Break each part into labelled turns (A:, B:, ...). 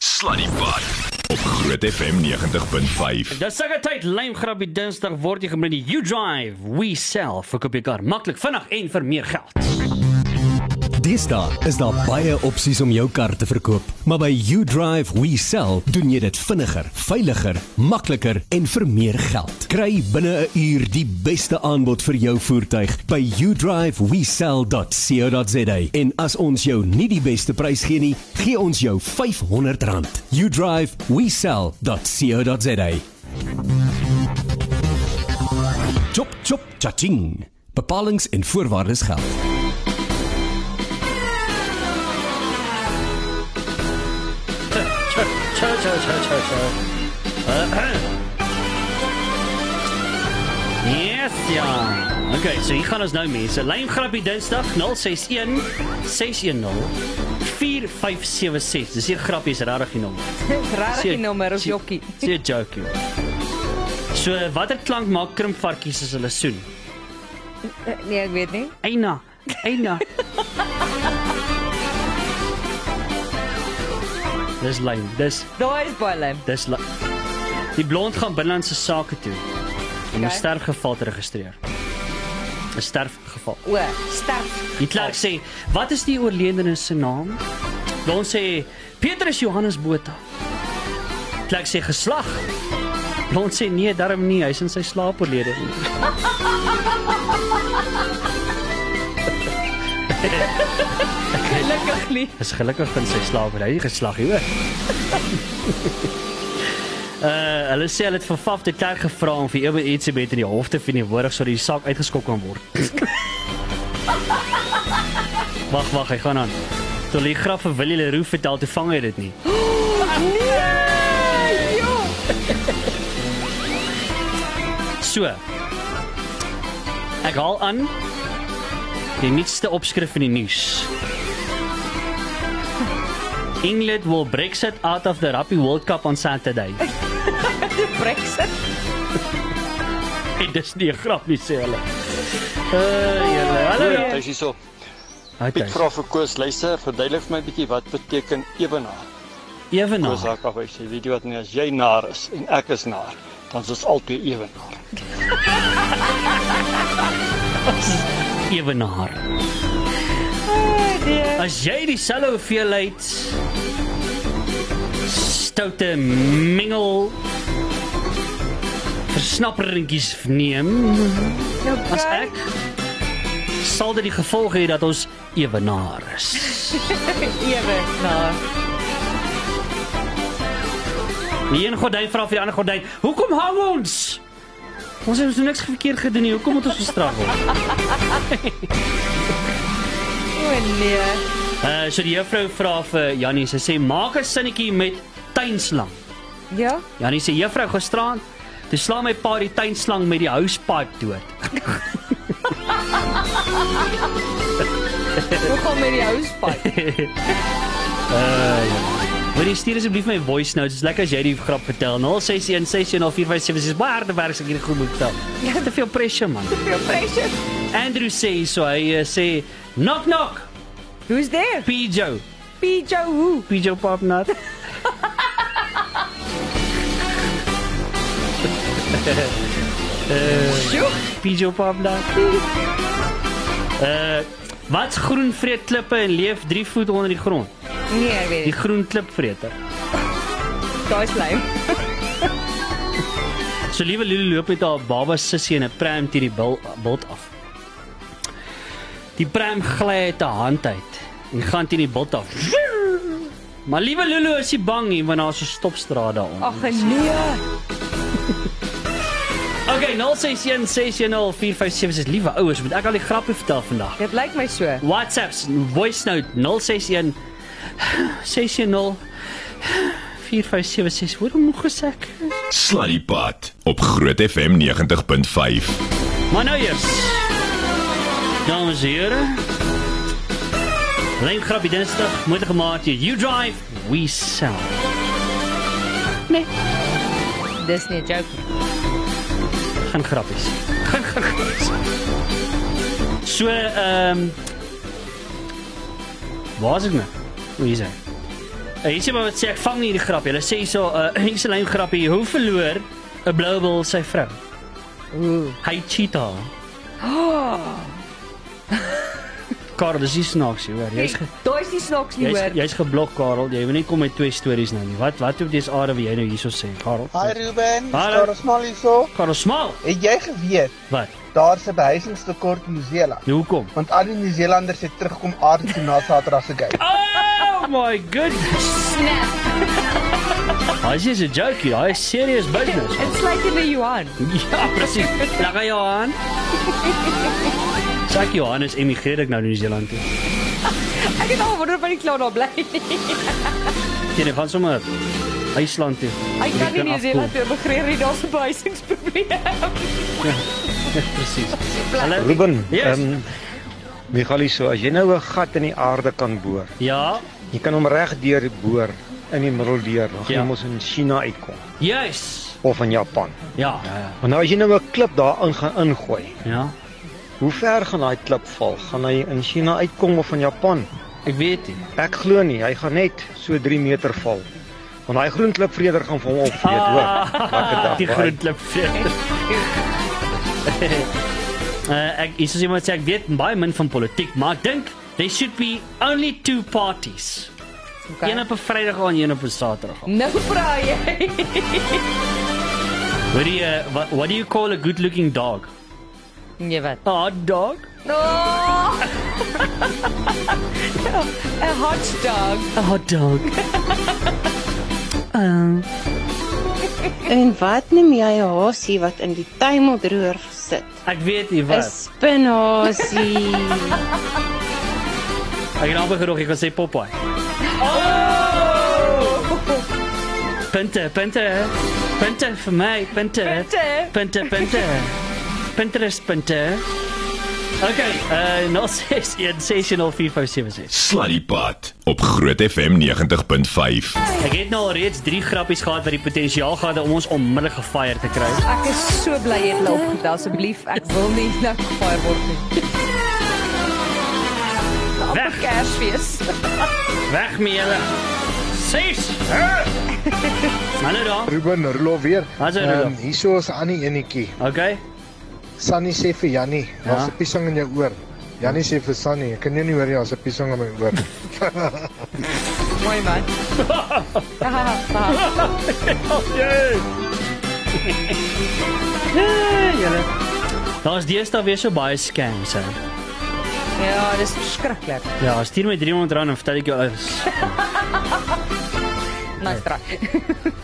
A: Sluddy Pod op Groot FM 90.5.
B: Dis seker tyd lymgrappie Dinsdag word jy gebring die You Drive We Sell verkoop jou kar maklik vinnig en vir meer geld.
C: Deesdae is daar baie opsies om jou kar te verkoop, maar by UDrive We Sell doen jy dit vinniger, veiliger, makliker en vir meer geld. Kry binne 'n uur die beste aanbod vir jou voertuig by udrivewesell.co.za. En as ons jou nie die beste prys gee nie, gee ons jou R500. udrivewesell.co.za. Chop chop chaching. Bepalings en voorwaardes geld.
B: Cha cha cha cha cha. Yes ja. Okay, so hier gaan ons nou mense. Lymgrappie Dinsdag 061 610 4576. Dis hier grappies regtig die nommer.
D: Regtig die nommer of jokkie.
B: Dis 'n joke. joh. So watter klank maak krimpvarkies as hulle soen?
D: Nee, ek weet nie.
B: Eina, Eina. dis lyn. Dis
D: Daai is baie lyn.
B: dis lyn. Die blond gaan binnelandse sake toe. En 'n
D: Oké.
B: sterfgeval te registreer. 'n Sterfgeval.
D: O, sterf.
B: Die klerk sê, "Wat is die oorledene se naam?" Blond sê, "Petrus Johannes Botha." Klerk sê, "Geslag." Blond sê, "Nee, darm nie, hy's in sy slaap oorlede."
D: Gelukkig nie.
B: Is gelukkig van sy slaap en hy het nie geslag hier. uh, Eh, hulle sê hulle het vir Faf te kerk gevra om vir ewe ietsie beter in die hof te verteenwoordig sodat die saak uitgeskop kan word. wag, wag, hy gaan aan. Toe hulle die grap vir Willie Leroux vertel, toe vang hy dit nie.
D: Nee! Jo.
B: So. Ek haal aan die nuutste opskrif in die nuus. England will Brexit out of the Rugby World Cup on Saturday.
D: Brexit.
B: En dis nie 'n grap nie sê hulle. Uh, julle, hallo.
E: Hy's hierso.
B: Hi,
E: Piet vra vir Koos, luister, verduidelik vir my bietjie wat beteken ewenaar. Koos
B: Evenaar.
E: raak af, hy sê, weet jy wat nee, as jy naar is en ek is naar, dan is ons albei ewenaar.
B: Evenaar. As jy dieselfde hoeveelheid stoute mengel versnappertjies neem,
D: Nou
B: As
D: kan.
B: ek sal dit die gevolg hê dat ons ewenaar is.
D: Ewe. Nou.
B: Die een gordyn vra vir die ander gordyn, "Hoekom hang ons?" Ons het ons niks verkeerd gedoen nie. Hoekom moet ons gestraf word?
D: O nee.
B: Uh so die juffrou vra vir Jannie, sy sê, "Maak 'n sinnetjie met tuinslang."
D: Ja.
B: Jannie sê, "Juffrou, gisteraan toe slaan my pa die tuinslang met die housepipe dood."
D: Hoe gaan met die housepad?
B: Wil jy stuur asseblief my voice notes? Dis lekker as jy die grap vertel. 0616104576 baie harde werk as ek hierdie goed moet tel. Jy het te veel pressure man.
D: Your pressure.
B: Andrew sê so hy uh, sê knock knock
D: Who's there?
B: Pijo
D: PJ who?
B: Pijo Popnat
D: Jo.
B: Pijo Popnat Uh wat's groen vreet klippe en leef 3 voet onder die grond
D: Nee, ek weet
B: die
D: nie.
B: groen klipvreter
D: Daai is lyn.
B: So liewe Lulu loop met haar baba sussie in 'n pram teen die bil, bult af Die pram gly uit haar hand uit en gaan teen die bult af Maar liewe Lulu is nie bang nie want daar's 'n stopstraat daaronder
D: Ag nee.
B: Okay, 0616104576 liewe ouers, moet ek al die grappe vertel vandag.
D: Dit lyk my so.
B: WhatsApps, voice note 061 610 4576. Hoekom nog gesek?
A: Sluddy Pod op Groot FM 90.5.
B: Maar nou eers. Dames en here. Lyn grappie Dinsdag, moet gemaak jy. You drive, we sell.
D: Dis nie 'n joke. nie.
B: Gaan grappies. Gaan gaan grappies. So ehm um, Waar's ek nou? Hoe is hy? Hier is iemand wat sê ek vang nie die grap. Hulle sê hierso, uh, hier's 'n lyn grappie. Hoe verloor 'n blou bil sy vrou?
D: Ooh.
B: Hy cheat haar. Karel, dis nie snaaks nie, hoor. Jy's ge-
D: Daai is nie snaaks nie
B: jy's
D: hoor.
B: jy's geblok, Karel. Jy moet nie kom met twee stories nou nie. Wat wat op dis aarde wat jy nou hierso sê, Karel?
F: Hi Ruben,
B: Hallo.
F: daar is mal hierso.
B: Karel smal.
F: Het jy geweet
B: Wat?
F: daar's 'n behuisingstekort in Nieu-Seeland?
B: Nou hoekom?
F: Want al die Nieu-Seelanders het teruggekom aarde toe na Saterdag se game.
B: Oh my goodness.
D: Snap.
B: Hy is a joke, hy is serious business.
D: Dit sluit nie by Johan.
B: Ja, presies. Lag Johan. Sak Johan is emigreer ek nou na Nieu-Seeland toe.
D: Ek het al wonder of hy klaar daar bly.
B: Teen hy gaan sommer IJsland toe.
D: Hy
B: Jy
D: kan nie in
B: afkoel.
D: Nieu-Seeland oormigreer nie, daar's 'n behuisingsprobleem.
B: Presies. Hulle
G: Ruben,
B: Yes.
G: yes. um, Michalie, so as jy nou 'n gat in die aarde kan boor.
B: Ja,
G: Jy kan hom reg deur boor in die middel deur. Dan gaan
B: Ja.
G: jy mos in China uitkom
B: juis.
G: of in Japan.
B: Ja, ja,
G: Maar nou as jy nou 'n klip daarin gaan ingooi,
B: ja.
G: hoe ver gaan daai klip val? Gaan hy in China uitkom of in Japan?
B: Ek weet nie.
G: Ek glo nie, hy gaan net so 3 meter val. Want daai groen klipvreder gaan vir hom opvreet, hoor. Elke dag.
B: Ah. Die
G: bye.
B: groot klip vreet. Uh, ek is soos iemand sê ek weet baie min van politiek, maar ek dink there should be only two parties. Een op 'n Vrydag aand, een op 'n Saterdag aand.
D: Nou vra jy.
B: What do you uh, what, what do you call a good-looking dog?
D: Nee wat?
B: A hot dog?
D: Oh! 'n Hot dog.
B: A hot dog.
H: En wat neem jy 'n hasie wat in die tuimeldroër sit?
B: Ek weet nie
H: 'n
B: wat.
H: Spinhasie.
B: Ek het amper gedoog ek kon sê Popeye. Oh! Punte, punte. Punte vir my, punte.
D: Punte.
B: Punte, punte. Pinterest punte. Okay, uh 061 60457.
A: Sluddypot op Groot FM 90.5.
B: Ek het nou al reeds 3 grappies gehad wat die potensiaal gehad het om ons onmiddellik gefire te kry.
D: Ek is so bly jy het hulle opgetel asseblief. Ek wil nie nou gevaar word nie.
B: Weg,
D: Kersfees.
B: weg met julle. Ses. Maar nou dan.
F: Ruben Rulo weer.
B: Wat sê Rulo?
F: Ehm, hierso is Annie enetjie.
B: Okay.
F: Sunny sê vir Jannie, daar's
B: Ja.
F: 'n piesang in jou oor. Jannie sê vir Sunny, ek kan jou nie hoor nie, daar's 'n piesang in my oor.
D: Mooi man.
B: Yay! Hey, julle. Daar's deesdae weer so baie scams hè.
D: ja, dis verskriklik.
B: Ja, stuur my R300 en vertel ek jou alles. Nee.
D: Nice try.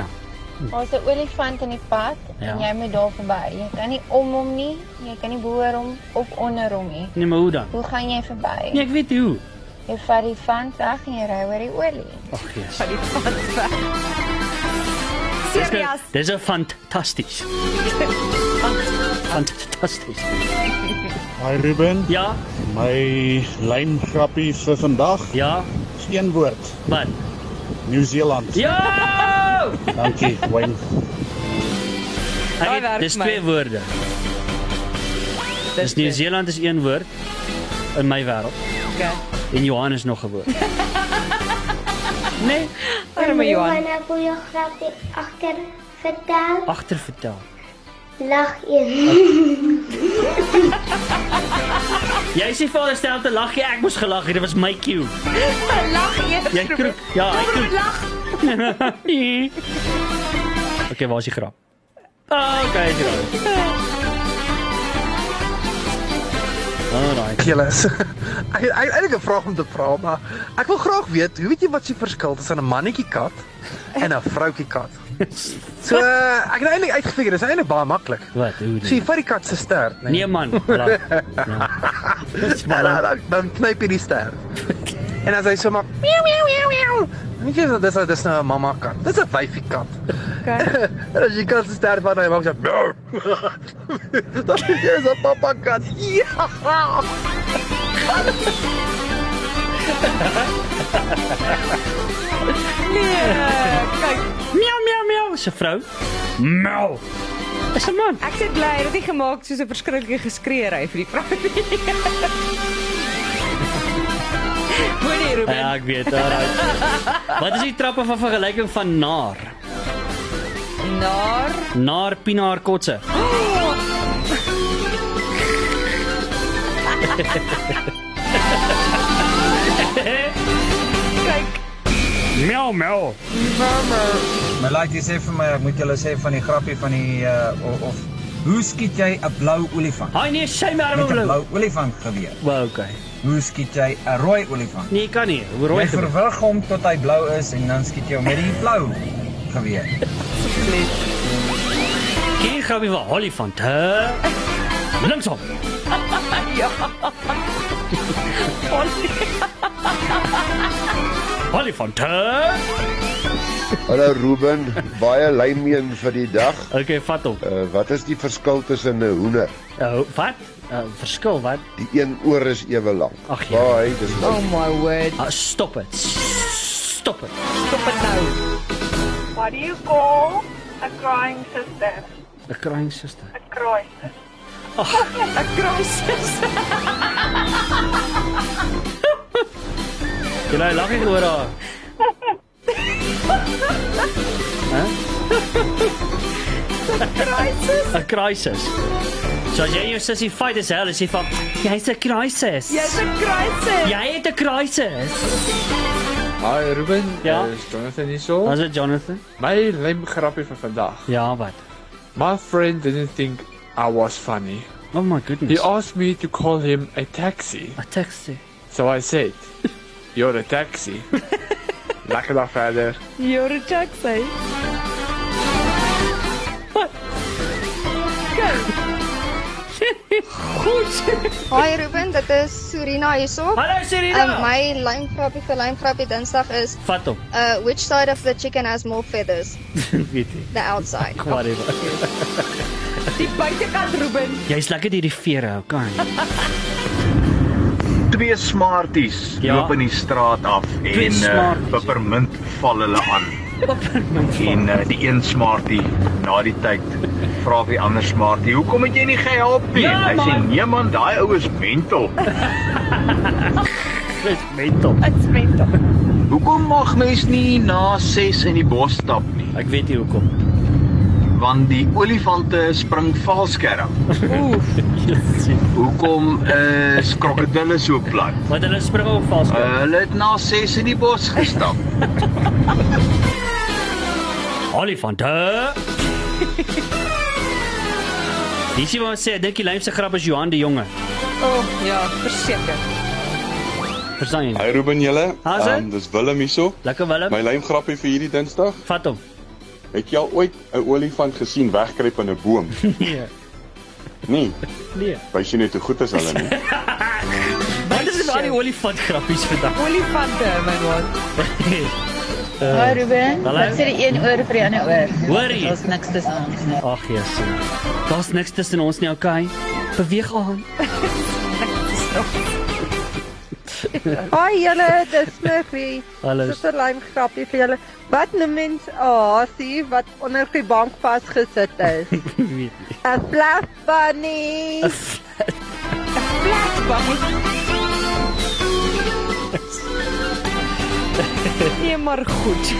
B: Ja.
I: Daar's 'n olifant in die pad
B: Ja.
I: en jy moet daar verby. Jy kan nie om hom nie, jy kan nie boor hom of onder hom nie.
B: Nee, maar hoe dan?
I: Hoe gaan jy verby?
B: Nee, ek weet hoe.
I: Jy vat die vant weg en jy ry oor die olie.
B: Ag, yes.
D: Van die pad weg.
B: Dis nou-
D: Serious.
B: Dis 'n fantasties. Fantasties.
J: Hi Ruben,
B: Ja,
J: my lyngrappie vir vandag
B: ja.
J: is een woord,
B: Wat?
J: Nieu-Seeland.
B: Ja!
J: Dankie, Wayne.
B: Ek
D: Daai
B: het
D: werk
B: dis
D: vir my.
B: twee woorde. Dis Nieu-Seeland is een woord in my wêreld
D: Okay.
B: en Johan is nog 'n woord. Nee,
D: Arme Johan.
I: ek wil jou grapie agter vertel.
B: agtervertel.
I: Lag een.
B: Jy sê vir alstel te lag jy ek moes gelag het dit was my cue.
D: Lag eers.
B: Jy kroek. Ja, ek kroek.
D: Lag.
B: Okay, waar is die grap? Ah, okay, jy reg. Alright.
K: Julle is ek het eintlik 'n vraag om te vra, maar ek wil graag weet, hoe weet jy wat se verskil tussen 'n mannetjie kat en 'n vroutjie kat? So eh, ek het eintlik uitgefigure, dis eintlik baie maklik.
B: Wat? Hoe
K: So jy
B: doen?
K: vat die kat se stert, né?
B: Nee man. Lag. Ja. Dis
K: En dan,
B: maar.
K: dan, dan knyp jy die stert. En as hy so maak, miau miau miau miau. Net jy dis dis dis nou 'n mamma kat. Dis 'n wyfie kat.
D: Okay.
K: En as jy kat se stert vat, dan maak jy miau. Dan is jy 'n pappa kat. Ja.
D: Nee, kyk.
B: Miau miau miau, se vrou. Miau. Dis 'n man.
D: Ek sê bly, dit het nie gemaak soos 'n verskriklike geskree ry vir die vrou. Moenie Ruben.
B: Ja, ek weet. Alright. Wat is die trappe van vergelyking van naar?
D: Naar.
B: Naar Pinaar Kotse.
D: Kyk.
B: Mel mel.
L: Maar laat jy sê vir my, ek moet julle sê van die grappie van die uh, of, of hoe skiet jy 'n blou olifant?
B: Haai nee, sy maar
L: met 'n blou olifant geweer.
B: Wel, okay.
L: Hoe skiet jy 'n rooi olifant?
B: Nee, kan nie. Hoe rooi
L: Jy
B: geweer?
L: verwrig hom tot hy blou is en dan skiet jy hom met die blou geweer.
B: Ken jy grappie van olifant? Hè? Linksom.
D: ja.
B: Olifant. Hè?
M: Hallo Ruben, baie lynmeen vir die dag.
B: Okay, vat hom.
M: Uh, wat is die verskil tussen 'n hoender?
B: Uh, wat? Uh, verskil wat?
M: Die een oor is ewe lank.
B: Ag
M: ja. Baie, dis nou.
N: Oh
D: my word.
B: Uh, stop dit. Stop dit.
D: Stop it now.
O: What do you call a crying sister?
B: 'n Crying sister. Ah.
O: A cry sister.
D: A cry sister.
B: Jy lei lag nie oor haar. Hè? 'n Crisis. So as jy en jou sussie fight is hel, is jy van jy's 'n crisis.
D: Jy's 'n crisis.
B: Jy het 'n crisis.
N: Hi Ruben,
B: Ja?
N: ja? is Jonathan hierso.
B: Was dit Jonathan?
N: My lemgrappie van vandag.
B: Ja, wat?
N: My friend didn't think I was funny.
B: Oh my
N: He
B: goodness.
N: asked me to call him a taxi.
B: A taxi.
N: So I said, "You're a taxi." Lekker dag verder.
D: You're a jack say.
I: Goed. Hi Ruben, dit is Surina hierso.
B: Hallo Surina.
I: Um, my lyngrappie vir lyngrappie Dinsdag is
B: Vat hom.
I: uh which side of the chicken has more feathers?
B: Weet jy.
I: The outside.
B: Whatever.
D: Die buitekant Ruben.
B: Jy's lekker hierdie vere, okay.
K: Twee smarties
B: Ja.
K: loop in die straat af
B: Twee
J: eh,
K: en uh,
B: Smarties.
K: peppermint val hulle aan. en uh, die een smartie na die tyd vra vir die ander smartie, "Hoekom het jy nie gehelp nie?"
B: Ja,
K: En hy sê,
B: man.
K: "Nee man, daai ou is mental."
B: Dis mental.
D: Dit's mental.
K: Hoekom mag mens nie na 6 in die bos stap nie?
B: Ek weet nie hoekom.
K: Want die olifante spring valskerm.
B: Oef.
K: Hoekom is krokodille so plat?
B: Want hulle spring op
P: Ja.
B: valskerm.
K: Uh, hulle het na 6 in die bos gestap.
B: Olifant. hè? Dis iemand sê ek dink die lynste grap is Johan die jonge.
D: Oh ja, verseker.
B: Verstaan jy?
G: Hi Ruben julle. Ehm,
B: Haas het?
G: dis Willem hierso.
B: Lekker Willem.
G: Eh, My lymgrappie vir hierdie Dinsdag.
B: Vat hom.
G: Het jy al ooit 'n olifant gesien wegkruip in 'n boom?
B: Nee.
G: nee,
B: Nee.
G: wys jy net hoe goed is hulle nie.
B: Wat is dit nou al die olifant grappies vandag?
D: Olifante, my god.
Q: Hi Ruben,
B: hallo.
Q: wat sê die een oor vir die ander oor?
B: Hoor jy?
Q: Daar's niks tussen ons nie.
B: Ag Jesus. Daar's niks tussen ons nie, okay? Beweeg aan.
R: Hi julle, dis Murphy.
B: Hallo.
R: Dis 'n lyn grappie vir julle. Wat noem mens 'n hasie wat onder die bank vasgesit is?
B: Weet
R: 'n Fluff bunny.
D: Nee, maar goed.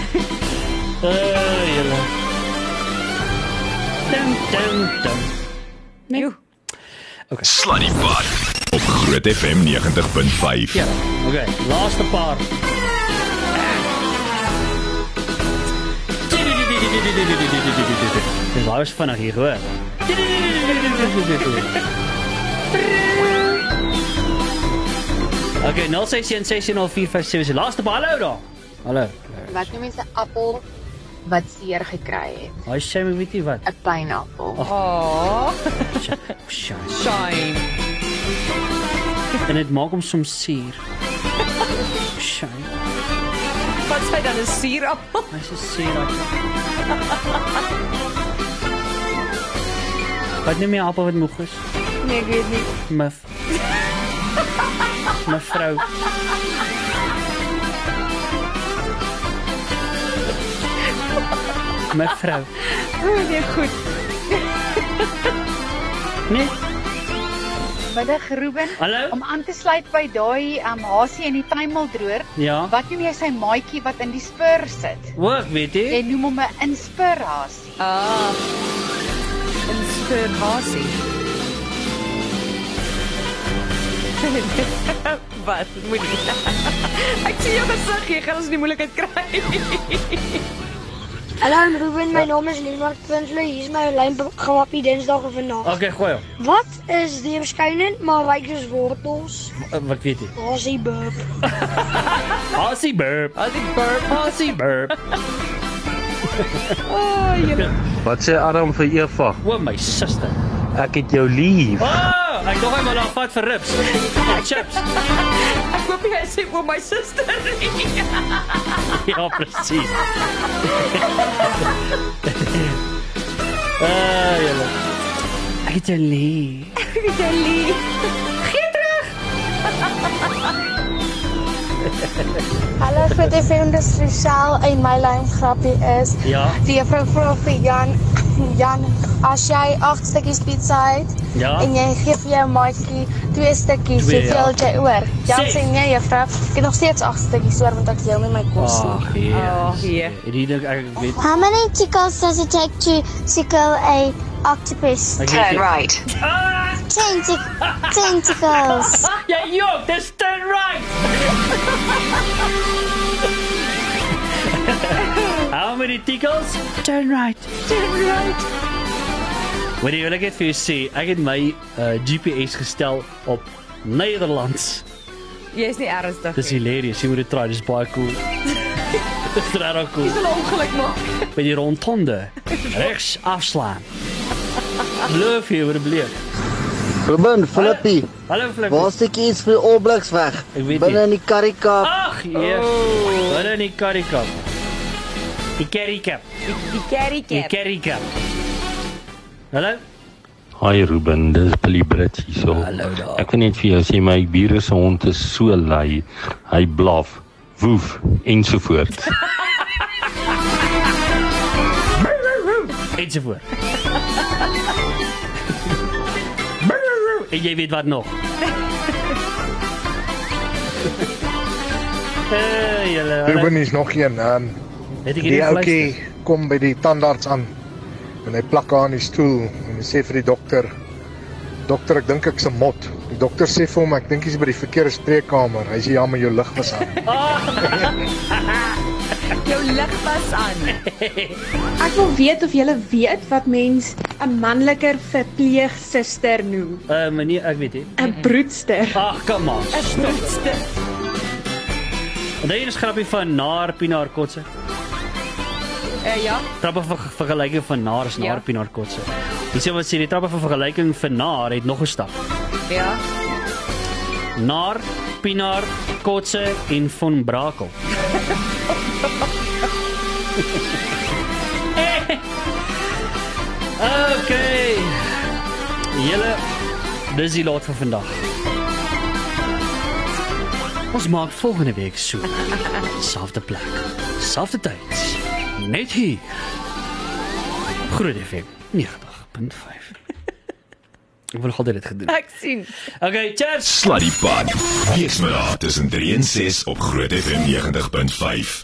B: Eh, julle. Dum dum dum.
D: Nee.
B: Okay.
A: Sluddy Bot op Groot FM 90.5.
B: Ja. Okay, laaste paar. Dit was vinnig hier hoor. Okay, 06160457 is die laaste paar. Hallo daar. Hallo.
S: Wat noem mense appel wat seer gekry het?
B: Hy sê my weet jy wat.
S: 'n Pynappel.
D: Oh.
B: Shine.
D: Shine.
B: En dit maak hom soms suur. Oh, Shine.
D: Wat sê dan 'n sierappel?
B: Hy's 'n sierappel. Wat neem jy appel wat moeg is?
R: Nee, ek weet nie.
B: Muf. Mevrou. Mevrou.
R: Oh, nee, goed.
B: Nee.
T: Goeiemiddag Ruben.
B: Hallo.
T: Om aan te sluit by daai um, hasie in die tuimeldroër.
B: Ja.
T: Wat noem jy sy maatjie wat in die spur sit?
B: Wat weet jy?
T: Jy noem hom 'n inspirasie. Ah. Inspirasie.
D: Wat? Moenie. Ek sien jou gesig, jy gaan ons in die moeilikheid kry.
U: Hallo I'm Ruben, my naam is Leonard Prinsloo. Hier is my lyn gemappie Dinsdag of vandag.
B: Okay, gooi hom.
U: Wat is die verskyning maar wykus wortels?
B: Eh, Wat weet jy?
U: Daar's die burp.
B: Hasie burp. Hasie burp. Hasie burp.
D: Oh, jylle.
G: Wat sê Adam vir Eva?
B: O my suster.
G: Ek het jou lief.
B: Ah, ek dink hy moet daar vat vir rips. Of chips.
D: Ek hoop jy sê vir my suster.
B: Ja, presies. Ah, jylle. Ek het jou lief.
D: Ek is jou lief. Gee terug.
I: Hallo Groot FM, dis Rochelle en my lyn grappie is
B: Ja.
I: die juffrou vra vir Jan Jan as jy 8 stukkies pizza het
B: Ja.
I: en jy gee vir jou maatjie 2 stukkies,
B: Twee, ja.
I: hoeveel het jy oor? Jan sê nee juffrou, ek het nog steeds 8 stukkies oor want ek deel nie my kos
B: Ag,
I: nie.
B: hier. Ag, hier. Hierdie ding ek weet.
I: How many chicos does it take to sickle a octopus?
B: Ek weet Turn nie. right.
I: Ten, tic- ten tickles.
B: Ja, jok, dis turn right. How many tickles? Turn right.
D: Turn right.
B: Wanneer jy wil ek het vir jou sê, ek het my uh, GPS gestel op Nederlands.
D: Jy's nie ernstig
B: Dis hilarious, jy moet dit try, dis baie cool. Dis regtig
D: Dis 'n
B: cool.
D: ongeluk maak.
B: By die rondtonde regs afslaan. Bluf hier oor die bleek.
P: Ruben, Flippie.
B: Hallo Flippie.
P: Waar steek jy iets vir All Blacks weg?
B: Ek weet
P: Binne in
B: nie.
P: die karrikap.
B: Ag, eers. Oh. Wat 'n curry cup. Die curry cup.
D: Die carry
B: Die curry cup. Hallo?
E: Hi Ruben, dis Billy Brits hierso. Ek wil net vir jou sê my bure se hond is so lui. Hy blaf, woef ensovoorts.
B: Ensovoort. En jy weet wat nog. Hey, Eh, julle. hallo.
K: Ruben is nog een. Ehm
B: Het ek
K: die
B: hierdie
K: ouetjie kom by die tandarts aan en hy plak haar aan die stoel en hy sê vir die dokter: "Dokter, ek dink ek's 'n mot." Die dokter sê vir hom: "Ek dink jy's by die verkeerde spreekkamer." Hy sê: "Ja, maar jou lig was aan."
D: Jou lig was aan.
V: Ek wil weet of julle weet wat mens 'n manliker verpleegsuster noem.
B: Uh, meneer, ek weet nie.
V: 'n Broedster.
B: Ag, kom aan.
V: 'n Broedster.
B: En Daar is 'n grappie van naar Pinaar Kotse.
D: Eh ja.
B: Trappe vir vir vergelyking van naar is naar
D: Ja.
B: ja. Pinaar Kotse. Dis wat sê die trappe vir vergelyking van naar het nog 'n stap.
D: Ja.
B: Naar Pinaar Kotse en van Brakel. okay. Julle dis die lot vir vandag. Ons maak volgende week so. Selfde plek, selfde tyd. Net hier. Groot FM 90.5. Ek wil altyd dit gedoen. het.
D: Ek sien.
B: Okay, cheers.
A: Sluddy Pad. Weesmiddag tussen 3 en 6 op Groot FM 90.5.